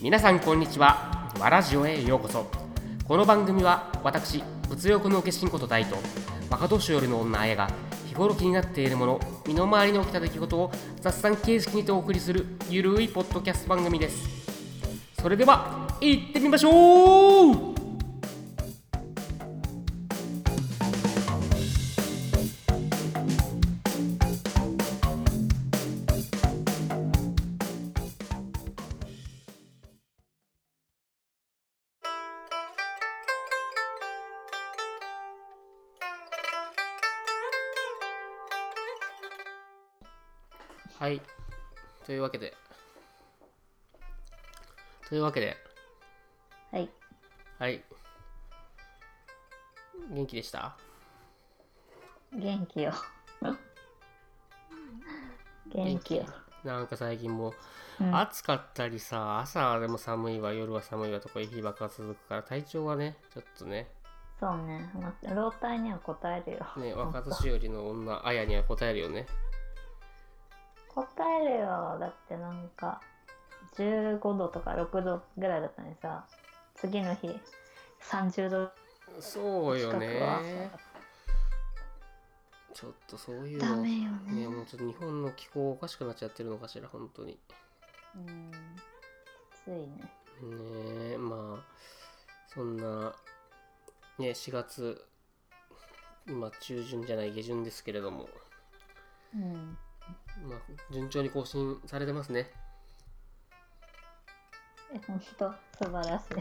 皆さんこんにちはわラジオへようこそこの番組は私物欲の受けんこと大と若年寄りの女あやが日頃気になっているもの身の回りに起きた出来事を雑談形式にてお送りするゆるいポッドキャスト番組ですそれでは行ってみましょうはい。というわけで。というわけで、はい。はい。元気でした元気よ。元気よ。なんか最近もううん暑かったりさ、朝でも寒いわ、夜は寒いわとか、日ばっか続くから、体調はね、ちょっとね、そうね。ま老体には応えるねよ。ほんと若年寄りの女、あやには応えるよね。応えるよ。だってなんか、15度とか6度ぐらいだったのにさ、次の日、30度そうよ近くは。ね。ちょっとそういうダの、メね、よね。もうちょっと日本の気候おかしくなっちゃってるのかしら、本当に。うん。ついね。ねえまあそんなね4月今中旬じゃない下旬ですけれども、うん。まあ、順調に更新されてますねえ、ほんと、素晴らしい。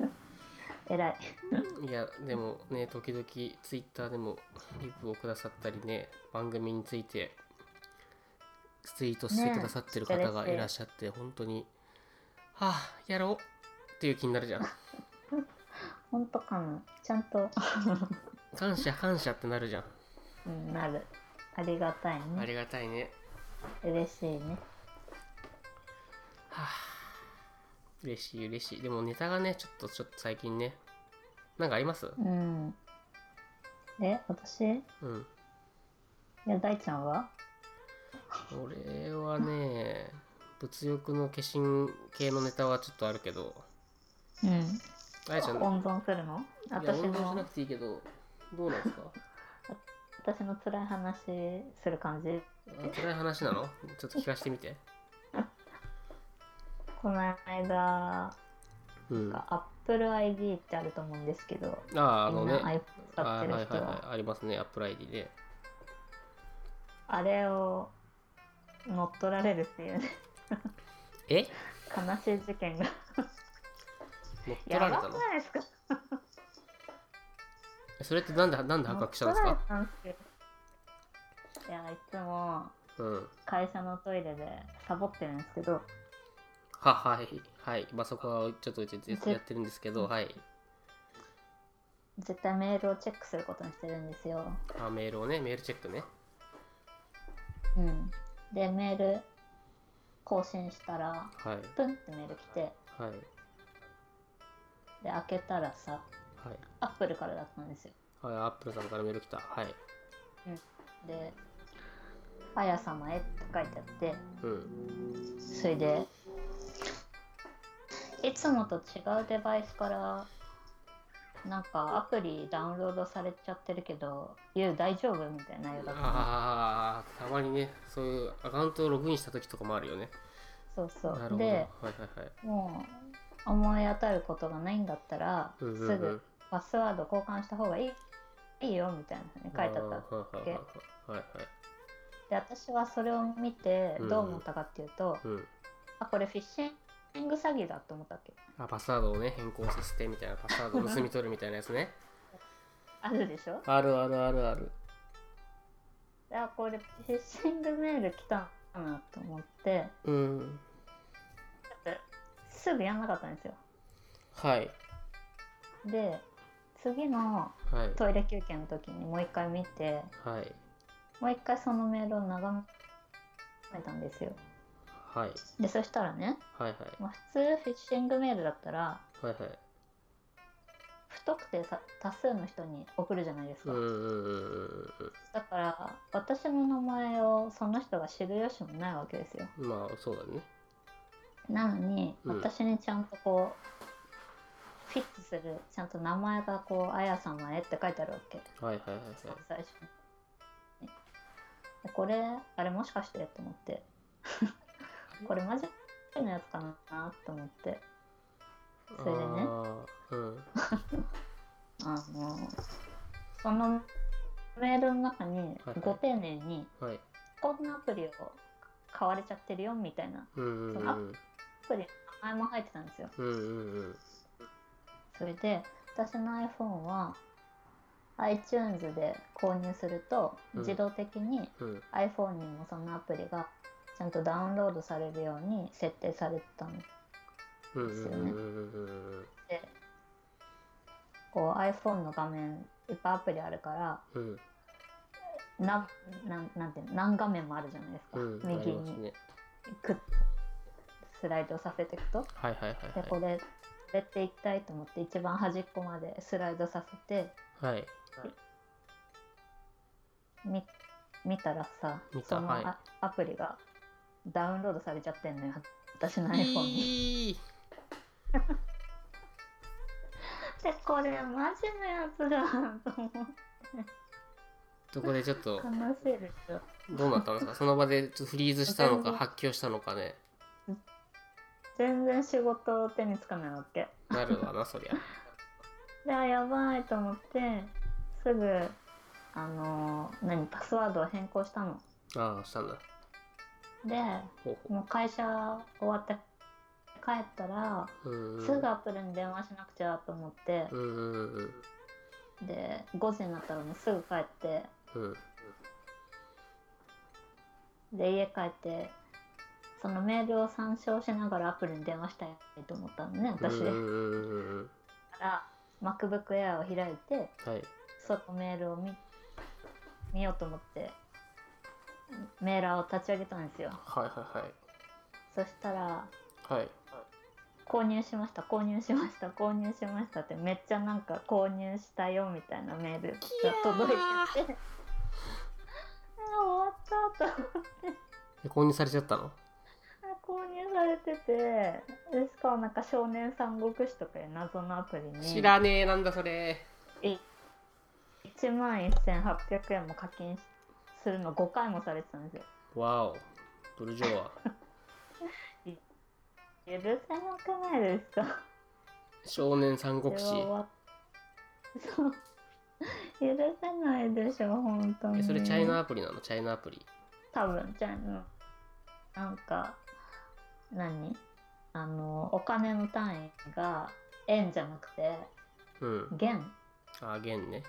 偉い。いやでもね時々ツイッターでもリプをくださったりね番組についてツイートしてねえくださってる方がいらっしゃって、本当にはあやろうっていう気になるじゃんほんとかも。ちゃんと、感謝感謝ってなるじゃんうん、なる。ありがたいあね。りがたいね嬉しいね。はあ、嬉しい嬉しいでもネタがねちょっとちょっと最近ねなんかありますうん。え、私いうんや、大ちゃんは俺はね物欲の化身系のネタはちょっとあるけどうん。あやちゃんいや温存するの私俺もしなのく、ていいけどどうなんですか私の辛い話する感じあ暗い話なのちょっと聞かせてみてこの間、うんあアップル ID ってあると思うんですけど、ああみのんねな iPhone あ使っはていはるい人は、はいありますねアップライディであれを乗っ取られるっていうね、 え悲しい事件が。乗っ取やらればたくのないですかそれってなんでなんで発覚したんです乗っか取られたんですよいや、いつもうん会社のトイレでサボってるんですけど、ははいはいまあそこはちょっと置いといてやってるんですけどはい絶対メールをチェックすることにしてるんですよ。あメールをねメールチェックねうん、でメール更新したらはいプンってメール来てはいで開けたらさはいアップルからだったんですよはいアップルさんからメール来たはいで「あや様へ」って書いてあってうんそれでいつもと違うデバイスからなんかアプリダウンロードされちゃってるけど「ゆう大丈夫?」みたいな内容だったのああたまにねそういうアカウントをログインした時とかもあるよねそうそなるほどうはいではいはいもう思い当たることがないんだったらすうんうんうんぐパスワード交換した方がいいいいよみたいなのね書いてあったあーはいはいはいはいはいで私はそれを見てうんどう思ったかっていうと、うんあこれフィッシング詐欺だと思ったわけあパスワードをね変更させてみたいなパスワードを盗み取るみたいなやつねあるでしょあるあるあるあるであこれフィッシングメール来たなと思ってうんすぐやんなかったんですよはいで次のはいトイレ休憩の時にもう一回見てはいもう一回そのメールを眺めたんですよはいでそしたらね、はいはいまあ、普通フィッシングメールだったらはいはい不特定さ多数の人に送るじゃないですうか、んうんうんうんだから私の名前をその人が知る由もないわけですよ。うんまあそうだねなのに、うん私にちゃんとこうフィットするちゃんと名前がこう「あやさまへ」って書いてあるわけはいはいはいはい最初にでこれあれもしかしてと思って これマジックのやつかなと思ってそれでねあーうんあのそのメールの中にはいご丁寧にはいこんなアプリを買われちゃってるよみたいなうんうんうんアプリの名前も入ってたんですようんうんそれで私の iPhone は iTunes で購入するとうん自動的にうんうん iPhone にもそのアプリがちゃんとダウンロードされるように設定されてたのうんうんですうよんねうんでこう iPhone の画面いっぱいアプリあるからうんななんなんていうの何画面もあるじゃないですか、うんうんあ右りますにねくっスライドさせていくとはいはいはいでこれこれって一体と思って一番端っこまでスライドさせてはいはいみ見たらさ見たそのはいあアプリがダウンロードされちゃってんのよ私の iPhone いに。いでこれマジのやつだと思うそこでちょっと話せるしょどうなったんですかその場でちょっとフリーズしたのか全然発狂したのかね全然仕事手につかないわけなるわなそりゃであやばいと思ってすぐあのー何パスワードを変更したのああしたんだでほうほもう会社終わって帰ったらううんうんすぐアップルに電話しなくちゃと思ってう、んうんうんで5時になったらもうすぐ帰ってうんで家帰ってそのメールを参照しながらアプリに電話したいと思ったのね私うんうんうだんうんうんから MacBook Air を開いてはいそのメールを見見ようと思ってメーラーを立ち上げたんですよはいはそしたらいはいはい購入しました購入しました購入しましたってめっちゃなんか購入したよみたいなメールが届いててあ終わったと え購入されちゃったの購入されててでしかもなんか少年三国志とかいう謎のアプリに知らねえなんだそれい1万1800円も課金しするの5回もされてたんですよわおブルジョワ許せなくないですか少年三こ国志れはわそう許せないでしょ本当えにそれチャイナアプリなのチャイナアプリ多分じゃあなんか何あのお金の単位が円じゃなくてうん元あげんね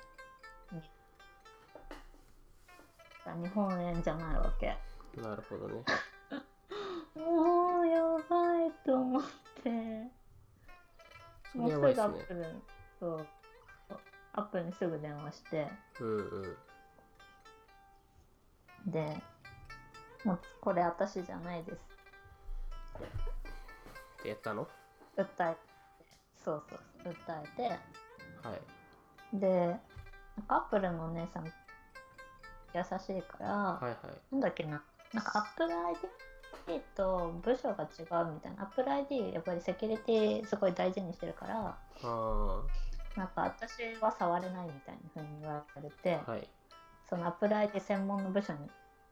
日本円じゃないわけなるほどねもうやばいと思ってそもれうすやぐばいアっすッねプルそうアップルにすぐ電話してうんうんでもうこれ私じゃないですでやったの訴えてそうそうそう訴えてはいでなんかアップルのお姉さん優しいから、はいはいなんだっけななんかアップル ID と部署が違うみたいなアップル ID やっぱりセキュリティすごい大事にしてるからあなんか私は触れないみたいな風に言われて、あはいそのアップル ID 専門の部署に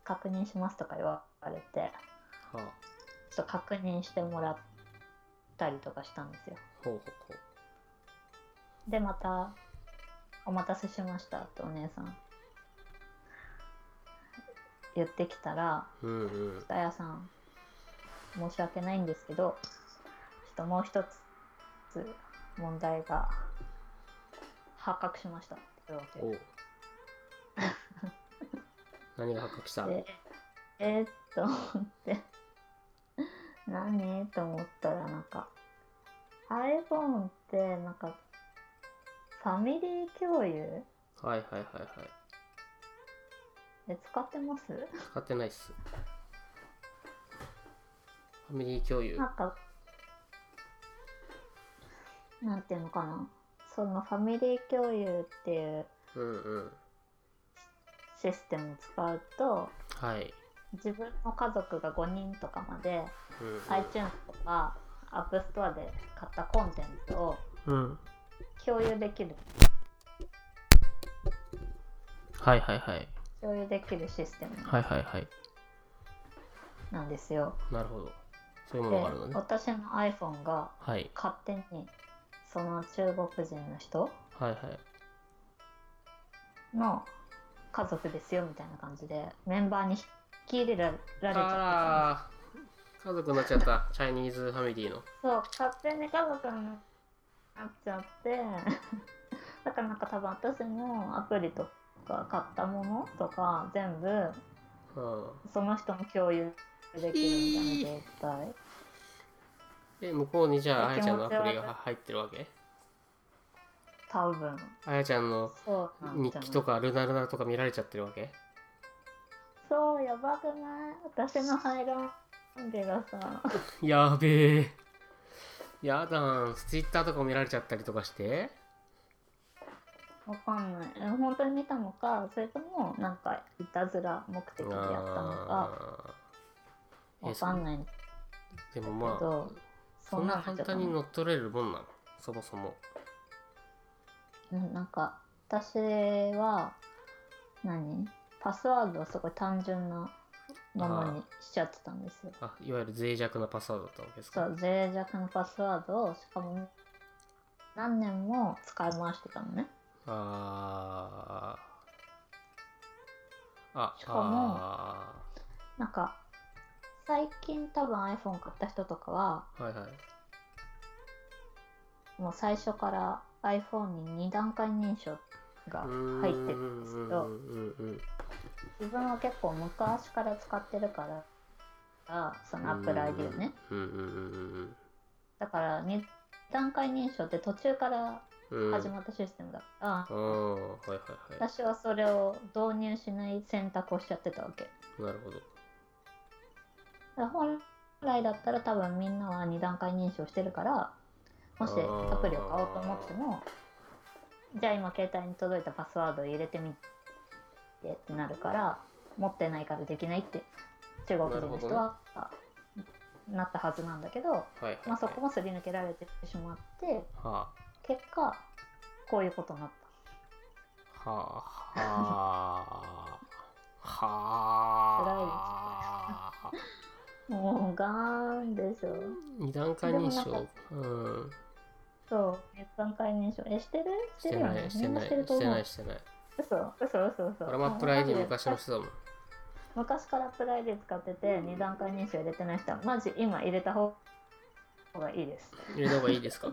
確認しますとか言われてはあちょっと確認してもらったりとかしたんですよほうほうほうでまた「お待たせしました」ってお姉さん言ってきたらうんうん「あやさん申し訳ないんですけどちょっともう一つ問題が発覚しました」って言うわけおう 何が発覚したでえーっと思って何と思ったらなんか iPhone ってなんかファミリー共有はいはいはいはいで使ってます使ってないっすファミリー共有なんか、なんていうのかな、そのファミリー共有っていううんうんシステムを使うと、はい自分の家族が5人とかまでうんうん iTunes とかばアップストアで買ったコンテンツをうん。共有できるはいはいはい。共有できるシステムはいはいはい。なんですよ。なるほどそういうもでのがあるのね私の iPhone がはい勝手にその中国人の人はいはいの家族ですよみたいな感じでメンバーに引き入れられちゃってたんですあらー家族になっちゃったチャイニーズファミリーのそう勝手に家族になっちゃって だからなんか多分私のアプリとか買ったものとか全部うんその人も共有できるみたいな状態で向こうにじゃああや気持ちちゃ悪んのアプいリが入ってるわけ多分あやちゃんのそうなんじ日ゃない記とかルナルナとか見られちゃってるわけそうやばくない私の肺がんでがさやべえやだんツイッターとかも見られちゃったりとかしてわかんないえ本当に見たのかそれともなんかいたずら目的でやったのかあーわかんないけえそでもまあどそんな簡じゃ単に乗っ取れるもんなのそもそもうんなんか私は何パスワードをすごい単純なものにしちゃってたんですよあいわゆる脆弱なパスワードだったわけですそかう脆弱なパスワードをしかも何年も使い回してたのねあーあしかもあなんか最近多分 iPhone 買った人とかはーはいはいもう最初から iPhone に2段階認証が入ってるんですけうどんうんうんうん自分は結構昔から使ってるからあその Apple ID をねうんうんだから2段階認証って途中からうんうんうん始まったシステムだから、うんはいはいは私はそれを導入しない選択をしちゃってたわけだかいなるほどら本来だったら多分みんなは2段階認証してるからもしあーアプリを買おうと思ってもじゃあ今携帯に届いたパスワードを入れてみてってなるから持ってないからできないって中国人の人はなったはずなんだけどはいはいはいまあ、そこもすり抜けられてしまっては結果こういうことになっあはあはあはあたもうガーンでしょ二段階認でもなん証かうんそう一段階認証えしてるししててるよなねいしみてんなないしてるとして思なういしてない嘘嘘嘘嘘俺もアップル ID もうマジ昔ので人だもん昔からアップル ID 使ってて二段階認証入れてない人はマジ今入れた方がいいです入れた方がいいですか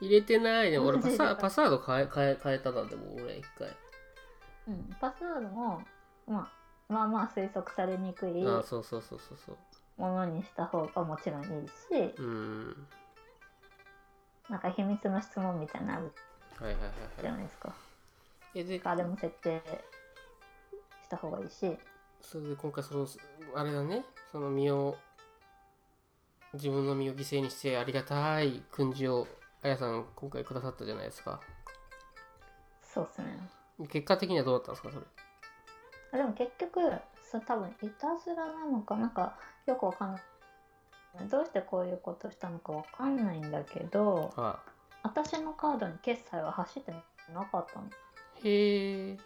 入れてないね俺パ入れサたパスワード変え変え変えたなでも俺一回うんパスワードも、まあ、まあまあ推測されにくいああもそうそうそうそうそうのにした方がもちろんいいしうんなんか秘密の質問みたいなのあるはいはいはいじはゃいないですかえであれも設定した方がいいしそれで今回そのあれだねその身を自分の身を犠牲にしてありがたい訓示をあやさん今回くださったじゃないですかそうですね結果的にはどうだったんですかそれあでも結局そう多分いたずらなのかなんかよくわかんないどうしてこういうことしたのかわかんないんだけどああ私のカードに決済は走ってなかったのへえ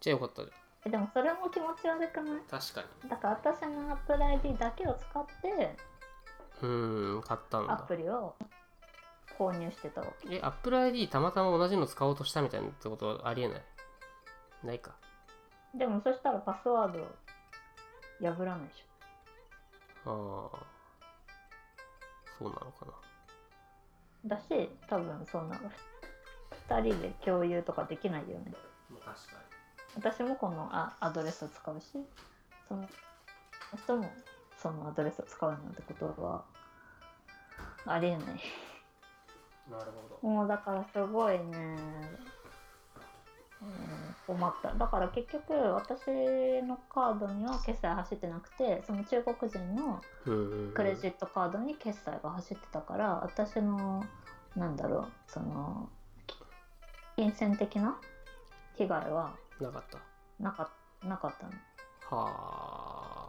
じゃあよかったじえでもそれも気持ち悪くなゃいん確かだから私のアップル ID だけを使ってにうん買ったんアだプリを購入してたわけえ Apple ID たまたま同じの使おうとしたみたいなってことはありえないないかでもそしたらパスワード破らないでしああそうなのかなょだし多分そんな2人で共有とかできないよね確か私もこのあアドレスを使うしその人もそのアドレスを使うなんてことはありえないになるほどもうだからすごいね、うん、困っただから結局私のカードには決済走ってなくてその中国人のうんクレジットカードに決済が走ってたから、私のなんだろうそのき金銭的な被害はなかったなかなかったの。はあ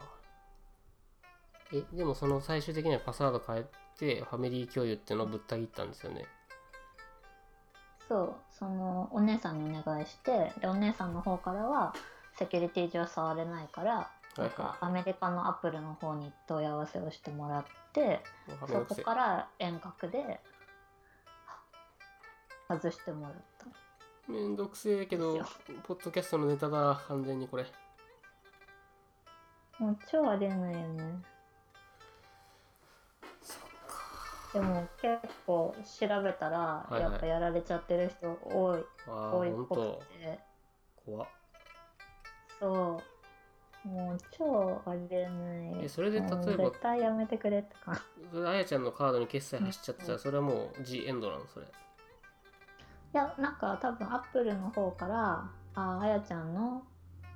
えでもその最終的にはパスワード変えってファミリー共有っていうのをぶった切ったんですよねそうそのお姉さんにお願いしてでお姉さんの方からはセキュリティ上触れないからなんかアメリカのアップルの方に問い合わせをしてもらってわかりそまこせんから遠隔で外してもらっためんどくせえけどですポッドキャストのネタだ完全にこれもう超ありえないよねでも結構調べたらいはいやっぱやられちゃってる人多い、ああ多い本っ当ぽくて怖っそうもう超ありえないえそれで例えばもう絶対やめてくれって感じそれあやちゃんのカードに決済走っちゃってたうらそれはもう G エンドなのそれ いやなんか多分アップルの方からああやちゃんの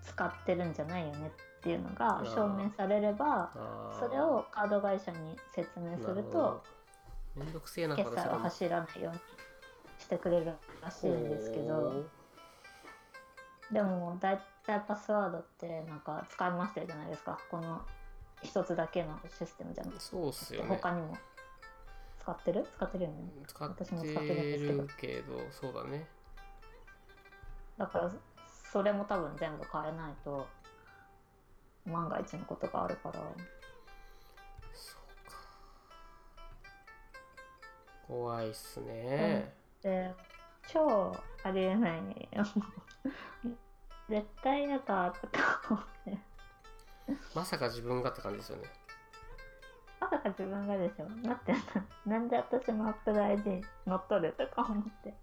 使ってるんじゃないよねっていうのがあー証明されればあーそれをカード会社に説明すなるほとどめんどくせえな決済をも走らないようにしてくれるらしいんですけほどうでも大体パスワードってなんか使いましたじゃないですかこの一つだけのシステムじゃなくそうっすてよね他にも使ってる使ってるよね使って私も使ってるんですけどるけどそうだねだからそれも多分全部変えないと万が一のことがあるからそうか怖いっすね、で超ありえないね 絶対嫌だとか思ってまさか自分がって感じですよねまさか自分がでしょだってなんで私のアップル ID 乗っとるとか思って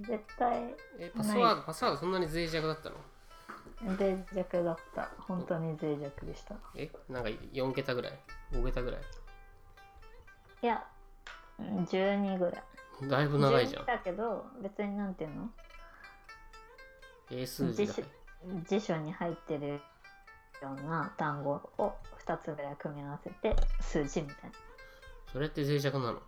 絶対えパスワーなドパスワードそんなに脆弱だったの脆弱だった本当に脆弱でしたえなんか4桁ぐらい5桁ぐらいいやうん12ぐらいだいぶ長いじゃん12だけど別になんていうの英数字だ自主辞書に入ってるような単語を2つぐらい組み合わせて数字みたいそれって脆弱なの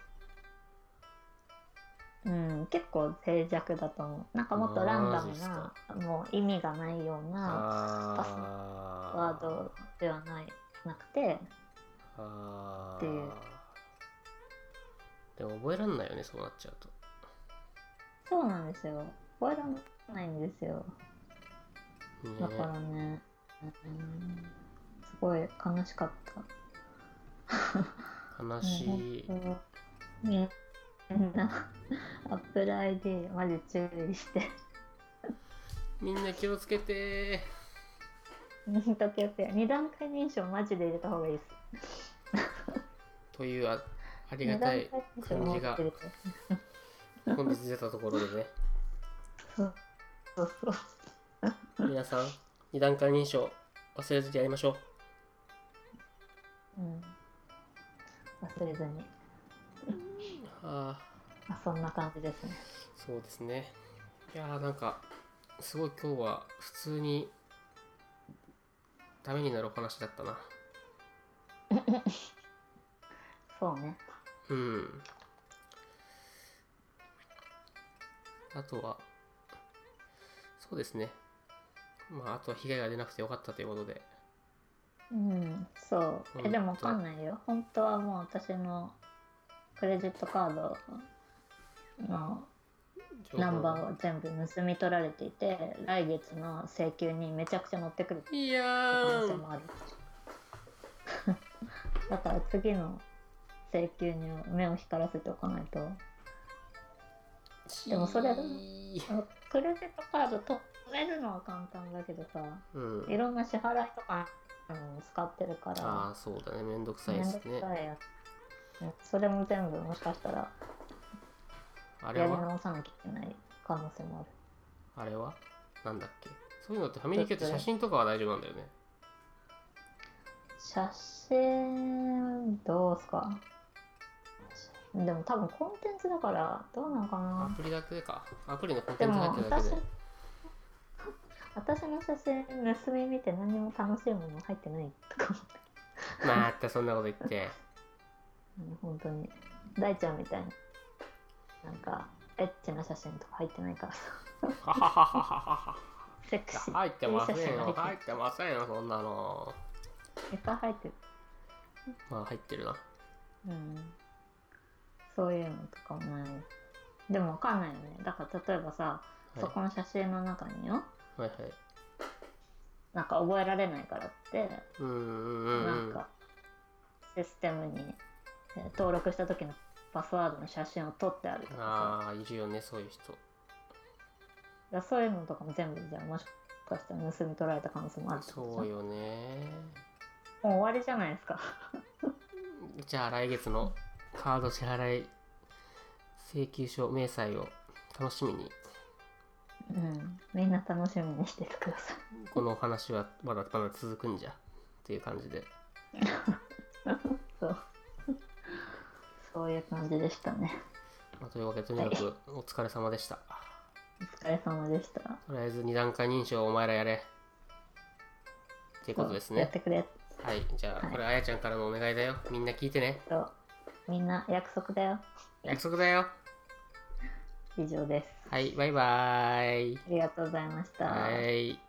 な、うん、結構脆弱だと思うなんかもっとランマダジっムすかなもう意味がないようなワあードではないなくてあっていうーでも覚えらんないよねそうなっちゃうとそうなんですよ覚えられないんですよねだからね、うん、すごい悲しかった悲しいみんなアップル ID マジ注意してみんな気をつけてうんとけペア二段階認証マジで入れた方がいいです。というあありが二段た階い認証感持じっがてると。本日出たところでねそうそうそう。皆さん二段階認証忘れずにやりましょううん。忘れずに。ああまあそんな感じですね。そうですね。いやーなんかすごい今日は普通にためになるお話だったな。そうね。うん。あとはそうですね。まああとは被害が出なくてよかったということで。うん。そう。えうんでもわかんないよ。本当はもう私のクレジットカードの情報ナンバーを全部盗み取られていて、来月の請求にめちゃくちゃ乗ってくる。いや可能性ーもある だから次の請求に目を光らせておかないとでもそれちークレジットカード取れるのは簡単だけどさうん。いろんな支払いとかうん使ってるかあらあそうだねめんどくさいめでんすどくね。さいやうんそれも全部もしかしたらあれやりは直さなきゃいけない可能性もあるあれはなんだっけそういうのってファミリーキュって写真とかは大丈夫なんだよね。写真どうすかでも多分コンテンツだからどうなのかアなプリだけか。アプリのコンテでンツも入ってるだ私けで。私の写真盗み見て何にも楽しいもの入ってないとか思ってまたそんなこと言 って。うん本当に大ちゃんみたいになんかエッチな写真とか入ってないからさはははははセクシー入ってませんいい写よ。真入入っってませんよ、そんなの。いっぱい入ってるまあ入ってるな。うん、そういうのとかもないでもわかんないよねだから例えばさ、いそこの写真の中によはいはいなんか覚えられないからって、うんうんうんうなんんかシステムにえー登録した時のパスワードの写真を撮ってあるとかさああいるよねそういう人だからそういうのとかも全部じゃあもしかしたら盗み取られた可能性もあるってことそうよねもう終わりじゃないですかじゃあ来月のカード支払い請求書明細を楽しみにうんみんな楽しみにしててくださいこのお話はまだまだ続くんじゃっていう感じでそうそういう感じでしたねまあ、というわけでとにかくお疲れ様でした。お疲れ様でしたとりあえず二段階認証をお前らやれ。っていうことですねやっ。てくれはい、じゃあはいこれあやちゃんからのお願いだよ。みんな聞いてね。とみんな約束だよ約束だよ。以上ですはい、バイバーイ。ありがとうございましたはい。